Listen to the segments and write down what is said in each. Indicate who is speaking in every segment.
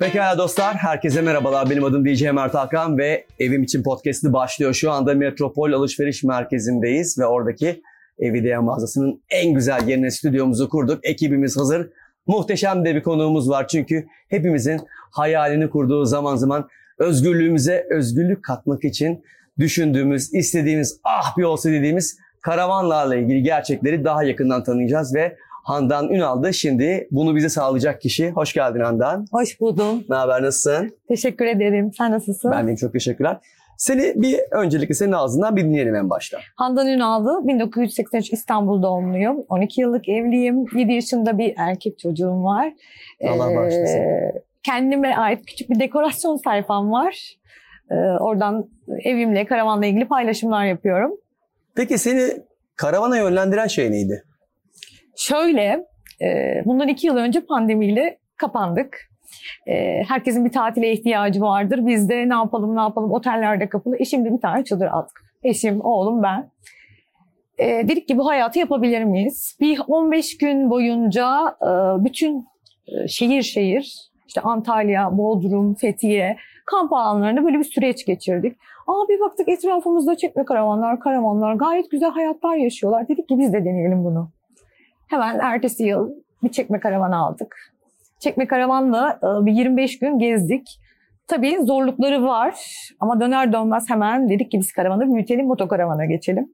Speaker 1: Pekala dostlar, herkese merhabalar. Benim adım DJ Mert Hakan ve Evim İçin Podcast'ı başlıyor. Şu anda Metropol Alışveriş Merkezi'ndeyiz ve oradaki Evidea mağazasının en güzel yerine stüdyomuzu kurduk. Ekibimiz hazır. Muhteşem de bir konuğumuz var çünkü hepimizin hayalini kurduğu zaman zaman özgürlüğümüze özgürlük katmak için düşündüğümüz, istediğimiz, ah bir olsa dediğimiz karavanlarla ilgili gerçekleri daha yakından tanıyacağız ve Handan Ünal da şimdi bunu bize sağlayacak kişi. Hoş geldin Handan.
Speaker 2: Hoş buldum.
Speaker 1: Ne haber nasılsın?
Speaker 2: Teşekkür ederim. Sen nasılsın?
Speaker 1: Ben deyim çok teşekkürler. Seni bir öncelikle senin ağzından bir dinleyelim en başta.
Speaker 2: Handan Ünal'dı. 1983 İstanbul doğumluyum. 12 yıllık evliyim. 7 yaşında bir erkek çocuğum var. Ee,
Speaker 1: Allah bağışlasın.
Speaker 2: Kendime ait küçük bir dekorasyon sayfam var. Ee, oradan evimle, karavanla ilgili paylaşımlar yapıyorum.
Speaker 1: Peki seni karavana yönlendiren şey neydi?
Speaker 2: Şöyle, e, bundan iki yıl önce pandemiyle kapandık. E, herkesin bir tatile ihtiyacı vardır. Biz de ne yapalım ne yapalım otellerde kapalı. E şimdi bir tane çadır attık. Eşim, oğlum, ben. E, dedik ki bu hayatı yapabilir miyiz? Bir 15 gün boyunca e, bütün e, şehir şehir, işte Antalya, Bodrum, Fethiye, kamp alanlarında böyle bir süreç geçirdik. Aa bir baktık etrafımızda çekme karavanlar, karavanlar gayet güzel hayatlar yaşıyorlar. Dedik ki biz de deneyelim bunu. Hemen ertesi yıl bir çekme karavanı aldık. Çekme karavanla e, bir 25 gün gezdik. Tabii zorlukları var ama döner dönmez hemen dedik ki biz karavanı büyütelim, motokaravana geçelim.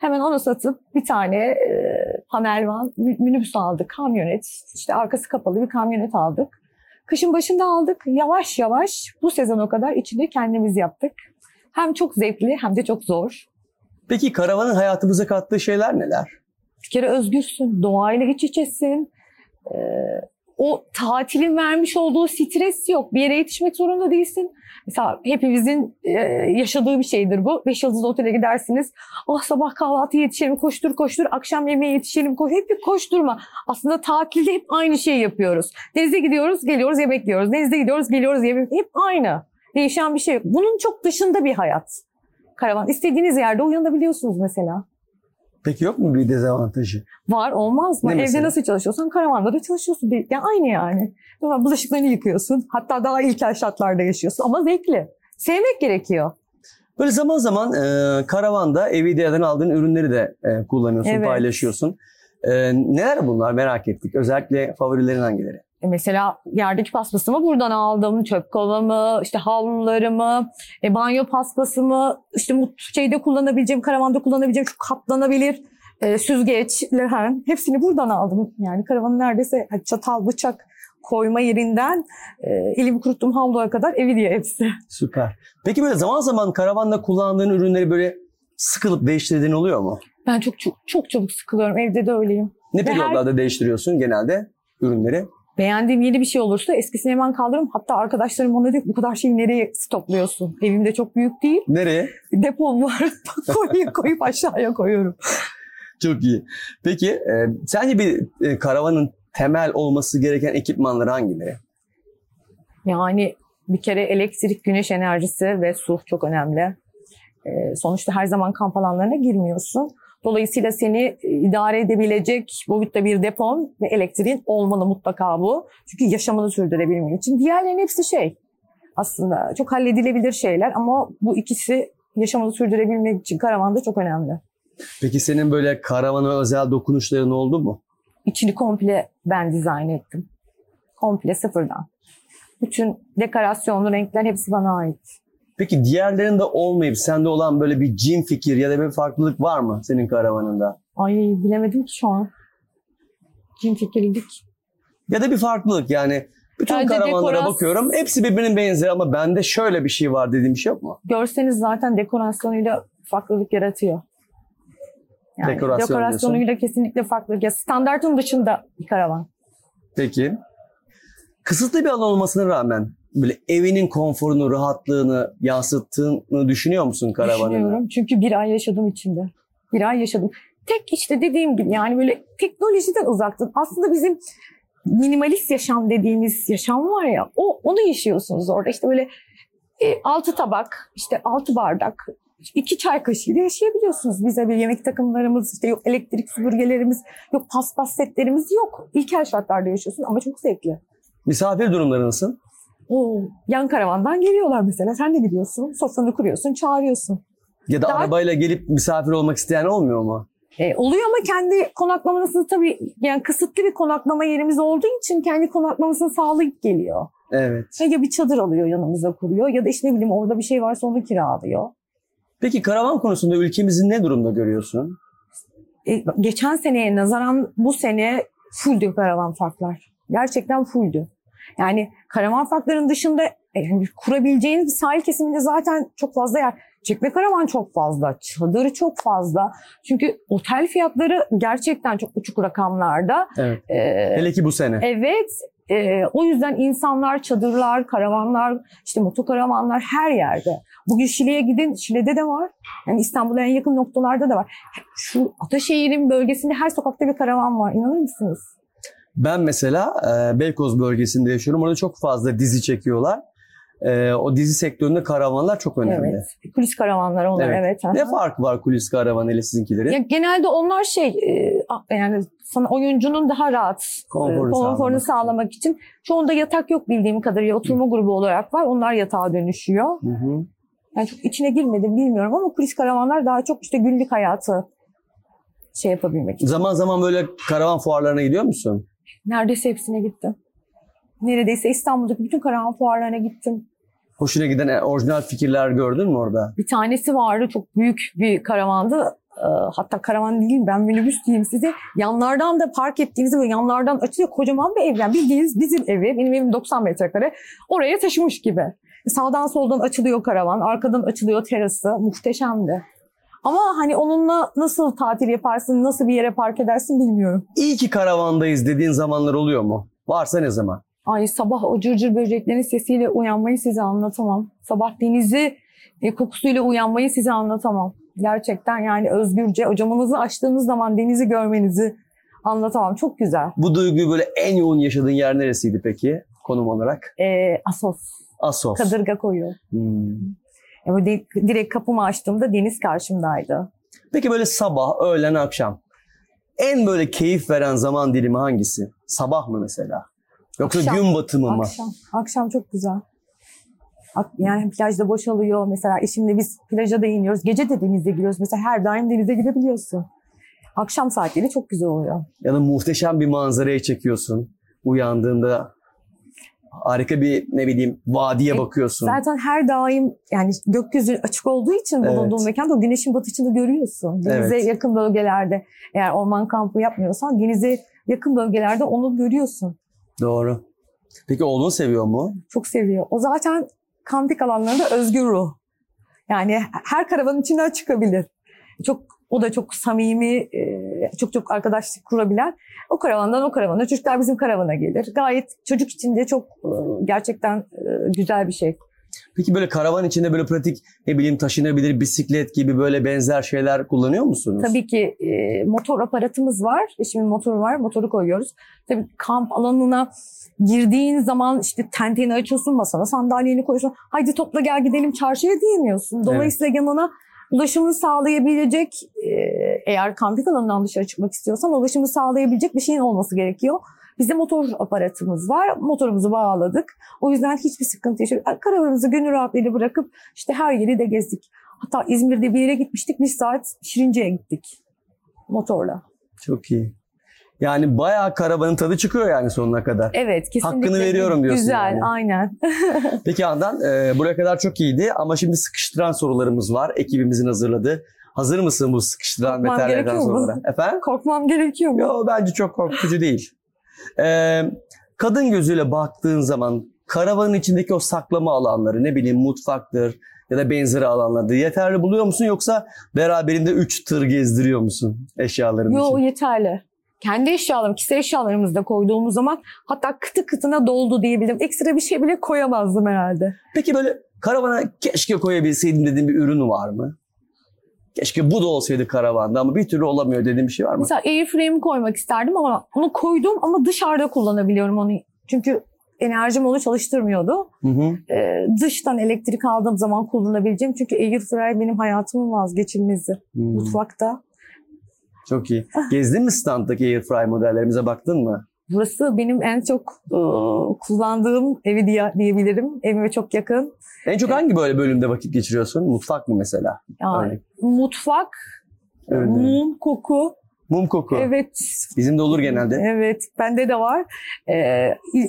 Speaker 2: Hemen onu satıp bir tane e, panel van, mi- minibüs aldık, kamyonet. işte arkası kapalı bir kamyonet aldık. Kışın başında aldık. Yavaş yavaş bu sezon o kadar içinde kendimiz yaptık. Hem çok zevkli hem de çok zor.
Speaker 1: Peki karavanın hayatımıza kattığı şeyler neler?
Speaker 2: bir kere özgürsün, doğayla iç içesin. Ee, o tatilin vermiş olduğu stres yok. Bir yere yetişmek zorunda değilsin. Mesela hepimizin e, yaşadığı bir şeydir bu. Beş yıldızlı otele gidersiniz. Ah sabah kahvaltıya yetişelim, koştur koştur. Akşam yemeğe yetişelim, koş. Hep bir koşturma. Aslında tatilde hep aynı şeyi yapıyoruz. Denize gidiyoruz, geliyoruz, yemek yiyoruz. Denize gidiyoruz, geliyoruz, yemek Hep aynı. Değişen bir şey yok. Bunun çok dışında bir hayat. Karavan. İstediğiniz yerde uyanabiliyorsunuz mesela.
Speaker 1: Peki yok mu bir dezavantajı?
Speaker 2: Var olmaz mı?
Speaker 1: Ne
Speaker 2: Evde
Speaker 1: mesela?
Speaker 2: nasıl çalışıyorsan karavanda da çalışıyorsun. Bir- Yani aynı yani. Normal bulaşıklarını yıkıyorsun. Hatta daha ilkel şartlarda yaşıyorsun ama zevkli. Sevmek gerekiyor.
Speaker 1: Böyle zaman zaman e, karavanda Evidea'dan aldığın ürünleri de e, kullanıyorsun,
Speaker 2: Evet.
Speaker 1: paylaşıyorsun. E, neler bunlar merak ettik. Özellikle favorilerin hangileri?
Speaker 2: E mesela yerdeki paspasımı buradan aldım. Çöp kovamı, işte havlularımı, e, banyo paspasımı, işte mut- şeyde kullanabileceğim, karavanda kullanabileceğim şu katlanabilir e, süzgeç, lehen. Hepsini buradan aldım. Yani karavanın neredeyse çatal, bıçak koyma yerinden e, elimi kuruttuğum havluya kadar evi diye hepsi.
Speaker 1: Süper. Peki böyle zaman zaman karavanda kullandığın ürünleri böyle sıkılıp değiştirdiğin oluyor mu?
Speaker 2: Ben çok çok çok çabuk sıkılıyorum. Evde de öyleyim.
Speaker 1: Ne
Speaker 2: Ve her-
Speaker 1: periyodlarda değiştiriyorsun genelde ürünleri?
Speaker 2: Beğendiğim yeni bir şey olursa eskisini hemen kaldırırım. Hatta arkadaşlarım bana diyor ki bu kadar şeyi nereye stokluyorsun? Evimde çok büyük değil.
Speaker 1: Nereye?
Speaker 2: Depom var. koyup, koyup aşağıya koyuyorum.
Speaker 1: Çok iyi. Peki e, sence bir e, karavanın temel olması gereken ekipmanları hangileri?
Speaker 2: Yani bir kere elektrik, güneş enerjisi ve su çok önemli. Ee, sonuçta her zaman kamp alanlarına girmiyorsun. Dolayısıyla seni e, idare edebilecek boyutta bir depon ve elektriğin olmalı mutlaka bu. Çünkü yaşamını sürdürebilmen için. Diğerlerinin hepsi şey aslında çok halledilebilir şeyler ama bu ikisi yaşamını sürdürebilmek için karavanda çok önemli.
Speaker 1: Peki senin böyle karavana özel dokunuşların oldu mu?
Speaker 2: İçini komple ben dizayn ettim. Komple sıfırdan. Bütün dekorasyonlu renkler hepsi bana ait.
Speaker 1: Peki diğerlerinde olmayıp sende olan böyle bir cin fikir ya da bir farklılık var mı senin karavanında?
Speaker 2: Ay bilemedim ki şu an. Kim fikirlik?
Speaker 1: Ya da bir farklılık yani bütün
Speaker 2: Bence
Speaker 1: karavanlara
Speaker 2: dekoras-
Speaker 1: bakıyorum hepsi birbirinin benzeri ama bende şöyle bir şey var dediğim bir şey yok mu?
Speaker 2: Görseniz zaten dekorasyonuyla farklılık yaratıyor. Yani
Speaker 1: Dekorasyon
Speaker 2: dekorasyonuyla kesinlikle farklılık. Ya standartın dışında bir karavan.
Speaker 1: Peki. Kısıtlı bir alan olmasına rağmen böyle evinin konforunu, rahatlığını yansıttığını düşünüyor musun karavanında?
Speaker 2: Düşünüyorum. Çünkü bir ay yaşadım içinde. Bir ay yaşadım. Tek işte dediğim gibi yani böyle teknolojiden uzaktın. Aslında bizim minimalist yaşam dediğimiz yaşam var ya o onu yaşıyorsunuz orada. İşte böyle e, altı tabak, işte altı bardak, iki çay kaşığı da yaşayabiliyorsunuz. Bize bir yemek takımlarımız, işte yok elektrik süpürgelerimiz, yok paspas setlerimiz yok. İlkel şartlarda yaşıyorsun ama çok zevkli.
Speaker 1: Misafir durumları nasıl?
Speaker 2: Oo, yan karavandan geliyorlar mesela. Sen de gidiyorsun, sofranı kuruyorsun, çağırıyorsun.
Speaker 1: Ya da
Speaker 2: Daha-
Speaker 1: arabayla gelip misafir olmak isteyen olmuyor mu?
Speaker 2: E, oluyor ama kendi konaklamasını tabii yani kısıtlı bir konaklama yerimiz olduğu için kendi konaklamasını sağlayıp geliyor.
Speaker 1: Evet.
Speaker 2: Ya, ya bir çadır alıyor yanımıza kuruyor ya da işte ne bileyim orada bir şey varsa onu kiralıyor.
Speaker 1: Peki karavan konusunda ülkemizi ne durumda görüyorsun?
Speaker 2: E, geçen seneye nazaran bu sene fulldü karavan farklar. Gerçekten fulldü. Yani karavan farkların dışında e, yani kurabileceğiniz bir sahil kesiminde zaten çok fazla yer. Çekme karavan çok fazla, çadırı çok fazla. Çünkü otel fiyatları gerçekten çok uçuk rakamlarda.
Speaker 1: Evet.
Speaker 2: E,
Speaker 1: Hele ki bu sene.
Speaker 2: Evet. e, o yüzden insanlar çadırlar, karavanlar, işte motokaravanlar her yerde. Bugün Şile'ye gidin, Şile'de de var. Yani İstanbul'a en yakın noktalarda da var. Şu Ataşehir'in bölgesinde her sokakta bir karavan var. İnanır mısınız?
Speaker 1: Ben mesela e, Beykoz bölgesinde yaşıyorum. Orada çok fazla dizi çekiyorlar. E, o dizi sektöründe karavanlar çok önemli.
Speaker 2: Evet. Kulis karavanları onlar.
Speaker 1: Evet.
Speaker 2: Evet.
Speaker 1: Ne
Speaker 2: aha.
Speaker 1: fark var kulis karavan ile sizinkilerin?
Speaker 2: Ya genelde onlar şey e, a- yani sana oyuncunun daha rahat e,
Speaker 1: Konforunu sağlamak
Speaker 2: konforunu
Speaker 1: için.
Speaker 2: sağlamak için. Çoğunda yatak yok bildiğim kadarıyla. Oturma grubu olarak var. Onlar yatağa dönüşüyor.
Speaker 1: Hı hı.
Speaker 2: Yani çok içine girmedim bilmiyorum ama kulis karavanlar daha çok işte günlük hayatı şey yapabilmek için.
Speaker 1: Zaman zaman böyle karavan fuarlarına gidiyor musun?
Speaker 2: Neredeyse hepsine gittim. Neredeyse İstanbul'daki bütün karavan fuarlarına gittim.
Speaker 1: Hoşuna giden e, orijinal fikirler gördün mü orada?
Speaker 2: Bir tanesi vardı çok büyük bir karavandı. Ee, Hatta karavan değil ben minibüs diyeyim size. Yanlardan da park ettiğinizde böyle yanlardan açılıyor kocaman bir ev. Yani bildiğiniz bizim evi benim evim 90 metrekare oraya taşımış gibi. Sağdan soldan açılıyor karavan arkadan açılıyor terası muhteşemdi. Ama hani onunla nasıl tatil yaparsın nasıl bir yere park edersin bilmiyorum.
Speaker 1: İyi ki karavandayız dediğin zamanlar oluyor mu? Varsa ne zaman?
Speaker 2: Ay sabah o cırcır böceklerin sesiyle uyanmayı size anlatamam. Sabah denizi e, kokusuyla uyanmayı size anlatamam. Gerçekten yani özgürce o camınızı açtığınız zaman denizi görmenizi anlatamam. Çok güzel.
Speaker 1: Bu duyguyu böyle en yoğun yaşadığın yer neresiydi peki konum olarak?
Speaker 2: Ee, Asos,
Speaker 1: Asos.
Speaker 2: kadırga koyu.
Speaker 1: Hmm.
Speaker 2: Ya böyle di- direkt kapımı açtığımda deniz karşımdaydı.
Speaker 1: Peki böyle sabah, öğlen, akşam. En böyle keyif veren zaman dilimi hangisi? Sabah mı mesela? Yoksa
Speaker 2: Akşam.
Speaker 1: gün batımı mı?
Speaker 2: Akşam, akşam çok güzel. Ak- Yani plajda boşalıyor mesela eşimle biz plaja da iniyoruz. Gece de denize giriyoruz. Mesela her daim denize girebiliyorsun. Akşam saatleri çok güzel oluyor.
Speaker 1: Ya da muhteşem bir manzaraya çekiyorsun. Uyandığında harika bir ne bileyim vadiye
Speaker 2: E,
Speaker 1: bakıyorsun.
Speaker 2: Zaten her daim yani gökyüzü açık olduğu için
Speaker 1: Evet.
Speaker 2: bulunduğun mekanda o güneşin batışını görüyorsun. Denize
Speaker 1: Evet.
Speaker 2: yakın bölgelerde eğer orman kampı yapmıyorsan denize yakın bölgelerde onu görüyorsun.
Speaker 1: Doğru. Peki oğlun seviyor mu?
Speaker 2: Çok seviyor. O zaten kampik alanlarında özgür ruh. Yani her karavanın içinden çıkabilir. Çok o da çok samimi, e, çok çok arkadaşlık kurabilen. O karavandan o karavana, çocuklar bizim karavana gelir. Gayet çocuk için de çok e, gerçekten e, güzel bir şey.
Speaker 1: Peki böyle karavan içinde böyle pratik ne bileyim taşınabilir bisiklet gibi böyle benzer şeyler kullanıyor musunuz?
Speaker 2: Tabii ki e, motor aparatımız var. Eşimin motoru var. Motoru koyuyoruz. Tabii kamp alanına girdiğin zaman işte tenteni açıyorsun masana sandalyeni koyuyorsun. Haydi topla gel gidelim çarşıya diyemiyorsun. Dolayısıyla yanına ulaşımını sağlayabilecek e, eğer kampik alanından dışarı çıkmak istiyorsan ulaşımı sağlayabilecek bir şeyin olması gerekiyor. Bizde motor aparatımız var. Motorumuzu bağladık. O yüzden hiçbir sıkıntı yaşamıyoruz. Karavanımızı gönül rahatlığıyla bırakıp işte her yeri de gezdik. Hatta İzmir'de bir yere gitmiştik. Bir saat Şirince'ye gittik motorla.
Speaker 1: Çok iyi. Yani bayağı karavanın tadı çıkıyor yani sonuna kadar.
Speaker 2: Evet kesinlikle.
Speaker 1: Hakkını veriyorum diyorsun
Speaker 2: Güzel
Speaker 1: yani.
Speaker 2: aynen.
Speaker 1: Peki Handan e, buraya kadar çok iyiydi ama şimdi sıkıştıran sorularımız var. Ekibimizin hazırladı. Hazır mısın bu sıkıştıran
Speaker 2: Korkmam
Speaker 1: materyalden
Speaker 2: gerekiyor mu?
Speaker 1: sorulara? Efendim?
Speaker 2: Korkmam gerekiyor mu?
Speaker 1: Yo bence çok korkutucu değil. E, kadın gözüyle baktığın zaman karavanın içindeki o saklama alanları ne bileyim mutfaktır ya da benzeri alanlarda yeterli buluyor musun yoksa beraberinde 3 tır gezdiriyor musun eşyaların
Speaker 2: Yo
Speaker 1: için?
Speaker 2: yeterli. Kendi eşyalarım, kişisel eşyalarımızı da koyduğumuz zaman hatta kıtı kıtına doldu diyebilirim. Ekstra bir şey bile koyamazdım herhalde.
Speaker 1: Peki böyle karavana keşke koyabilseydim dediğin bir ürün var mı? Keşke bu da olsaydı karavanda ama bir türlü olamıyor dediğin bir şey var mı?
Speaker 2: Mesela airframe'i koymak isterdim ama onu koydum ama dışarıda kullanabiliyorum onu. Çünkü enerjim onu çalıştırmıyordu.
Speaker 1: Hı hı.
Speaker 2: Ee, dıştan elektrik aldığım zaman kullanabileceğim. Çünkü airfryer benim hayatımın vazgeçilmezi.
Speaker 1: Hmm,
Speaker 2: Mutfakta
Speaker 1: çok iyi. Gezdin mi standdaki airfry modellerimize baktın mı?
Speaker 2: Burası benim en çok e, kullandığım evi diye, diyebilirim. Evime çok yakın.
Speaker 1: En çok hangi böyle bölümde vakit geçiriyorsun? Mutfak mı mesela?
Speaker 2: Yani
Speaker 1: Örnek.
Speaker 2: mutfak,
Speaker 1: Evet, evet.
Speaker 2: mum, koku.
Speaker 1: Mum koku.
Speaker 2: Hmm. Evet.
Speaker 1: Bizim de olur genelde.
Speaker 2: Evet. Bende de var. E,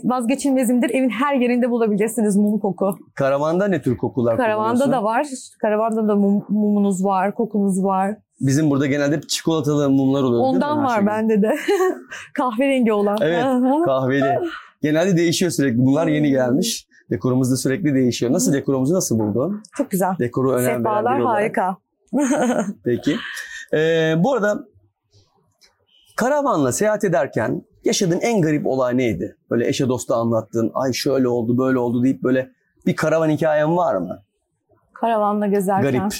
Speaker 2: vazgeçilmezimdir. Evin her yerinde bulabilirsiniz mum koku.
Speaker 1: Karavanda ne tür kokular
Speaker 2: Karavanda
Speaker 1: kullanıyorsun?
Speaker 2: da var. Karavanda da mum- mumunuz var, kokunuz var.
Speaker 1: Bizim burada genelde hep çikolatalı mumlar oluyor değil mi?
Speaker 2: Ondan
Speaker 1: Her
Speaker 2: var
Speaker 1: şey.
Speaker 2: bende de. Kahverengi olan.
Speaker 1: Evet.
Speaker 2: Aha.
Speaker 1: Kahveli. Genelde değişiyor sürekli. Bunlar yeni
Speaker 2: Hmm.
Speaker 1: gelmiş. Dekorumuz da sürekli değişiyor. Nasıl dekorumuzu nasıl buldun?
Speaker 2: Çok güzel.
Speaker 1: Dekoru önem veren
Speaker 2: Sehpalar
Speaker 1: biri olarak.
Speaker 2: Hmm. harika.
Speaker 1: Peki. Ee, bu arada karavanla seyahat ederken yaşadığın en garip olay neydi? Böyle eşe dosta anlattığın, ay şöyle oldu böyle oldu deyip böyle bir karavan hikayen var mı?
Speaker 2: Karavanla gezerken.
Speaker 1: Garip.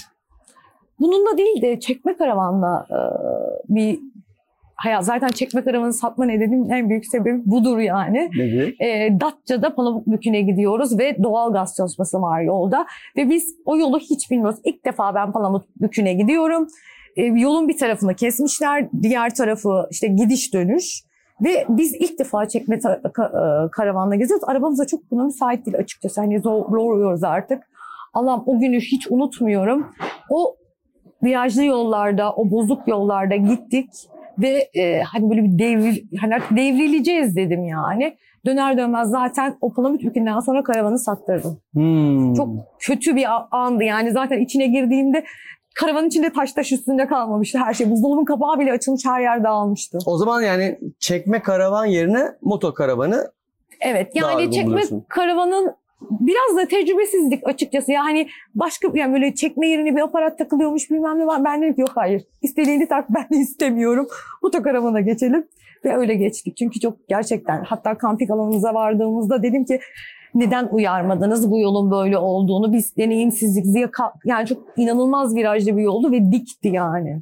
Speaker 2: Bununla değil de çekme karavanla e, bir hayat. Zaten çekme karavanı satma nedenim en büyük sebebi budur yani.
Speaker 1: Nedir?
Speaker 2: E, Datça'da Palamutbükü'ne gidiyoruz ve doğal gaz çalışması var yolda. Ve biz o yolu hiç bilmiyoruz. İlk defa ben Palamutbükü'ne gidiyorum. E, yolun bir tarafını kesmişler. Diğer tarafı işte gidiş dönüş. Ve biz ilk defa çekme ta- ka- e, karavanla geziyoruz. Arabamız da çok buna müsait değil açıkçası. Hani zorluyoruz artık. Allah'ım o günü hiç unutmuyorum. O virajlı yollarda, o bozuk yollarda gittik. Ve e, hani böyle bir devri, hani artık devrileceğiz dedim yani. Döner dönmez zaten o palamut yükünden sonra karavanı sattırdım.
Speaker 1: Hmm.
Speaker 2: Çok kötü bir a- andı yani zaten içine girdiğimde karavanın içinde taş taş üstünde kalmamıştı her şey. Buzdolabın kapağı bile açılmış her yer dağılmıştı.
Speaker 1: O zaman yani çekme karavan yerine moto karavanı
Speaker 2: Evet
Speaker 1: Daha
Speaker 2: yani
Speaker 1: uygun
Speaker 2: çekme
Speaker 1: buluyorsun.
Speaker 2: karavanın biraz da tecrübesizlik açıkçası. Yani başka yani böyle çekme yerine bir aparat takılıyormuş bilmem ne var. Ben dedim ki yok hayır istediğini tak ben de istemiyorum. Otokaravana geçelim ve öyle geçtik. Çünkü çok gerçekten hatta kamping alanımıza vardığımızda dedim ki neden uyarmadınız bu yolun böyle olduğunu? Biz deneyimsizlik diye ka- yani çok inanılmaz virajlı bir yoldu ve dikti yani.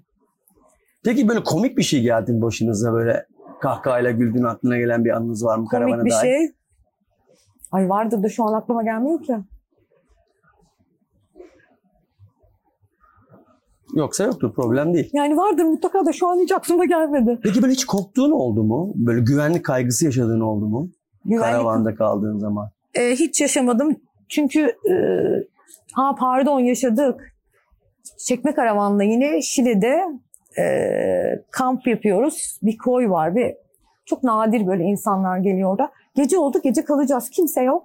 Speaker 1: Peki böyle komik bir şey geldi mi başınıza böyle kahkahayla güldüğün aklına gelen bir anınız var mı karavana
Speaker 2: Komik bir
Speaker 1: dair?
Speaker 2: şey. Ay vardır da şu an aklıma gelmiyor ki.
Speaker 1: Yoksa yoktur problem değil.
Speaker 2: Yani vardır mutlaka da şu an hiç aklıma gelmedi.
Speaker 1: Peki böyle hiç korktuğun oldu mu? Böyle güvenlik kaygısı yaşadığın oldu mu?
Speaker 2: Güvenlik
Speaker 1: Karavanda kaldığın zaman.
Speaker 2: Ee, hiç yaşamadım. Çünkü e, ha pardon yaşadık. Çekme karavanla yine Şile'de e, kamp yapıyoruz. Bir koy var ve çok nadir böyle insanlar geliyor da. Gece oldu gece kalacağız kimse yok.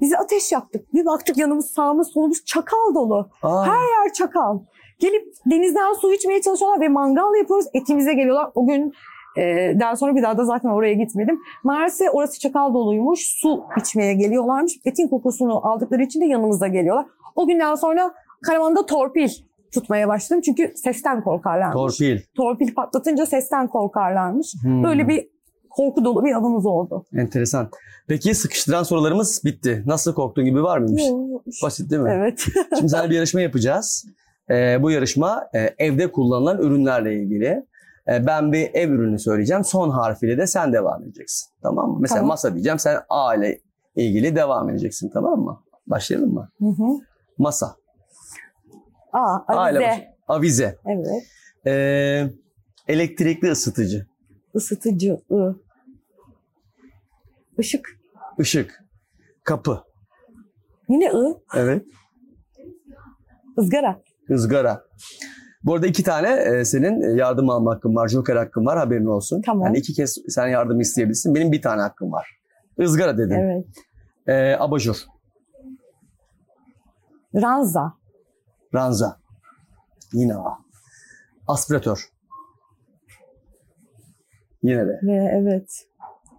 Speaker 2: Bizi ateş yaktık. Bir baktık yanımız sağımız solumuz çakal dolu.
Speaker 1: Aa,
Speaker 2: Her çakal. Gelip denizden su içmeye çalışıyorlar ve mangal yapıyoruz. Etimize geliyorlar. O gün e, daha sonra bir daha da zaten oraya gitmedim. Meğerse orası çakal doluymuş. Su içmeye geliyorlarmış. Etin kokusunu aldıkları için de yanımıza geliyorlar. O günden sonra karavanda torpil tutmaya başladım. Çünkü sesten korkarlarmış.
Speaker 1: torpil.
Speaker 2: torpil patlatınca sesten korkarlarmış.
Speaker 1: Hmm,
Speaker 2: Böyle bir korku dolu bir anımız oldu.
Speaker 1: Enteresan. Peki sıkıştıran sorularımız bitti. Nasıl korktuğun gibi var mıymış? Basit değil mi?
Speaker 2: Evet.
Speaker 1: Şimdi sana bir yarışma yapacağız. Ee, bu yarışma e, evde kullanılan ürünlerle ilgili. Ee, ben bir ev ürünü söyleyeceğim. Son harfiyle de sen devam edeceksin. Tamam mı? Mesela
Speaker 2: Tamam.
Speaker 1: masa diyeceğim. Sen A ile ilgili devam edeceksin. Tamam mı? Başlayalım mı?
Speaker 2: Hı hı.
Speaker 1: Masa.
Speaker 2: Aa,
Speaker 1: A ile baş-
Speaker 2: avize.
Speaker 1: Avize.
Speaker 2: Evet.
Speaker 1: Ee, elektrikli ısıtıcı.
Speaker 2: Isıtıcı. ı. Işık.
Speaker 1: Işık. Kapı.
Speaker 2: Yine ı.
Speaker 1: Evet.
Speaker 2: ızgara.
Speaker 1: Izgara. Bu arada iki tane e, senin yardım alma hakkın var, joker hakkın var haberin olsun.
Speaker 2: Tamam.
Speaker 1: Yani iki kez sen yardım isteyebilirsin. Benim bir tane hakkım var. Izgara dedim.
Speaker 2: Evet.
Speaker 1: E, abajur,
Speaker 2: Ranza.
Speaker 1: ranza. Yine var. Aspiratör. Yine de.
Speaker 2: Ve evet.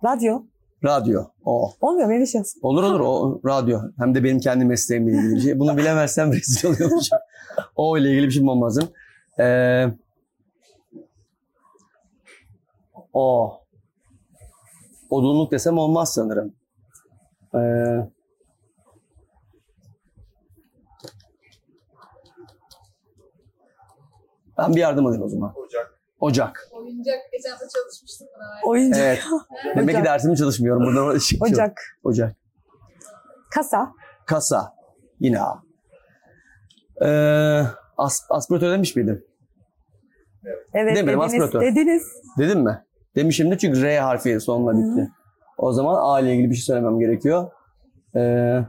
Speaker 2: Radyo.
Speaker 1: Radyo. O.
Speaker 2: Olmuyor mu Elişas?
Speaker 1: Olur olur o radyo. Hem de benim kendi mesleğimle ilgili bir şey. Bunu bilemezsem rezil oluyormuşum. o ile ilgili bir şey bulmam lazım. Ee, o. Odunluk desem olmaz sanırım. Ee, ben bir yardım alayım o zaman.
Speaker 3: Ocak.
Speaker 1: Ocak.
Speaker 4: Oyuncak geçen hafta çalışmıştık buna. ben.
Speaker 2: Oyuncak.
Speaker 1: Evet. Demek ki
Speaker 2: Ocak.
Speaker 1: dersimi çalışmıyorum. Buradan oraya çıkıyorum.
Speaker 2: Ocak.
Speaker 1: Ocak.
Speaker 2: Kasa.
Speaker 1: Kasa. Yine A. Ee, as, aspiratör demiş miydim?
Speaker 2: Evet.
Speaker 1: Demedim,
Speaker 2: dediniz.
Speaker 1: aspiratör.
Speaker 2: Dediniz.
Speaker 1: Dedim mi? Demişim de çünkü R harfi sonla bitti. O zaman A ile ilgili bir şey söylemem gerekiyor. Ee,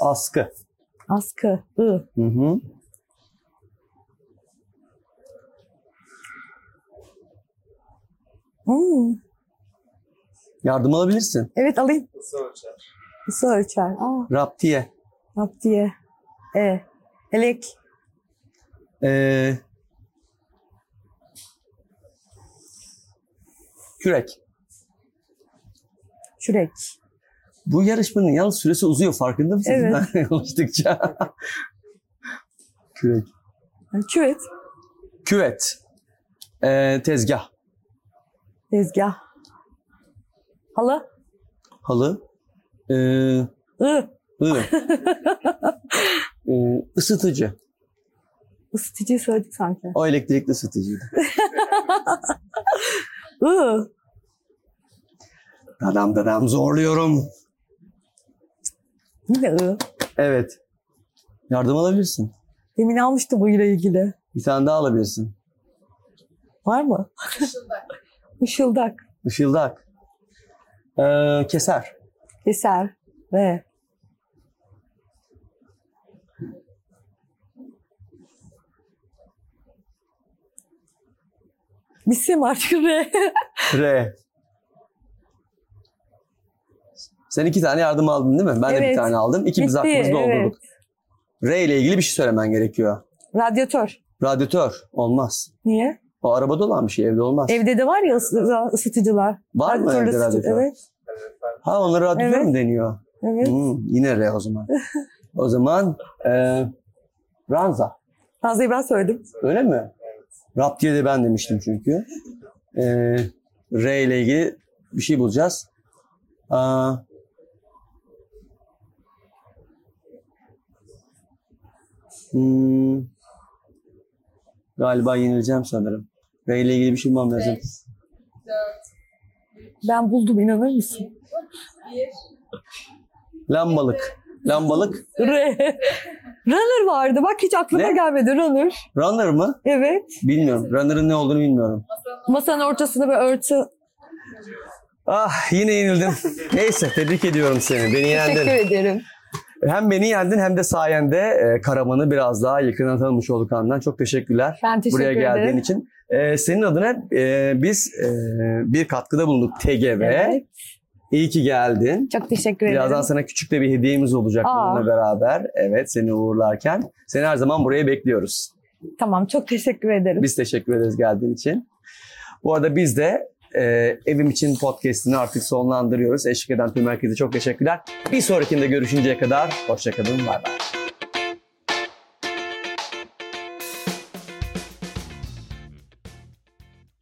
Speaker 1: askı.
Speaker 5: Askı, I.
Speaker 1: Hı hı.
Speaker 2: Hmm.
Speaker 1: Yardım alabilirsin.
Speaker 2: Evet alayım.
Speaker 6: Nasıl ölçer?
Speaker 2: Nasıl ölçer? Aa,
Speaker 1: Raptiye.
Speaker 2: yap diye. E. Elek.
Speaker 1: Ee, kürek.
Speaker 2: Çürek.
Speaker 1: Bu yarışmanın yalnız süresi uzuyor farkında mısınız?
Speaker 2: Evet.
Speaker 1: Ben konuştukça. Kürek.
Speaker 2: Küvet.
Speaker 1: Küvet. Ee, tezgah.
Speaker 2: Tezgah. Halı.
Speaker 1: Halı. Ee,
Speaker 2: I.
Speaker 1: ı. Ee, ısıtıcı.
Speaker 2: Isıtıcıyı söyledik sanki.
Speaker 1: O elektrikli ısıtıcıydı.
Speaker 2: I.
Speaker 1: Dadam dadam zorluyorum.
Speaker 2: Yine I.
Speaker 1: Evet. Yardım alabilirsin.
Speaker 2: Demin almıştı bu ile ilgili.
Speaker 1: Bir tane daha alabilirsin.
Speaker 2: Var mı?
Speaker 4: Dışında.
Speaker 2: Işıldak.
Speaker 1: Işıldak. Ee, keser.
Speaker 2: Keser. Ve. Bitsin artık re.
Speaker 1: R. Sen iki tane yardım aldın değil mi? Ben de bir
Speaker 2: Evet.
Speaker 1: tane aldım. İkimiz
Speaker 2: Bitti,
Speaker 1: aklımızı
Speaker 2: evet.
Speaker 1: doldurduk. R ile ilgili bir şey söylemen gerekiyor.
Speaker 2: Radyatör.
Speaker 1: Radyatör. Olmaz.
Speaker 2: Niye?
Speaker 1: O arabada olan bir şey. Evde olmaz.
Speaker 2: Evde de var ya ısı- ısıtıcılar.
Speaker 1: Var mı
Speaker 2: Radyatörlü
Speaker 1: evde
Speaker 2: ısıtı-
Speaker 1: radyatör?
Speaker 2: Evet.
Speaker 1: Ha onlara radyatör
Speaker 2: Evet.
Speaker 1: mü deniyor?
Speaker 2: Evet.
Speaker 1: Hmm, yine R o zaman. o zaman e, ranza.
Speaker 2: Fazlayı ben söyledim.
Speaker 1: Öyle mi? Rap diye de ben demiştim çünkü. E, R ile ilgili bir şey bulacağız. Aa, hmm, galiba yenileceğim sanırım. R ile ilgili bir şey bulmam lazım.
Speaker 4: 5, 4,
Speaker 2: Ben buldum inanır mısın?
Speaker 4: 1.
Speaker 1: Lambalık. Lambalık.
Speaker 2: Re. Runner vardı. Bak hiç aklıma
Speaker 1: Ne?
Speaker 2: gelmedi. Runner.
Speaker 1: Runner mı?
Speaker 2: Evet.
Speaker 1: Bilmiyorum. Runner'ın ne olduğunu bilmiyorum.
Speaker 2: Masanın ortasında böyle örtü.
Speaker 1: Ah yine yenildim. Neyse tebrik ediyorum seni. Beni yendin.
Speaker 5: Teşekkür ederim.
Speaker 1: Hem beni yendin hem de sayende e, Karaman'ı biraz daha yakından tanımış olduk Handan. Çok teşekkürler
Speaker 5: Ben teşekkür
Speaker 1: buraya
Speaker 5: ederim.
Speaker 1: geldiğin için. E, senin adına e, biz e, bir katkıda bulunduk TGV.
Speaker 5: Evet.
Speaker 1: İyi ki geldin.
Speaker 5: Çok teşekkür ederim.
Speaker 1: Birazdan sana küçük de bir hediyemiz olacak
Speaker 5: Aa.
Speaker 1: bununla beraber. Evet seni uğurlarken. Seni her zaman buraya bekliyoruz.
Speaker 5: Tamam çok teşekkür ederim.
Speaker 1: Biz teşekkür ederiz geldiğin için. Bu arada biz de e, Evim için podcast'ini artık sonlandırıyoruz. Eşlik eden tüm herkese çok teşekkürler. Bir sonrakinde görüşünceye kadar hoşçakalın. Bay bay.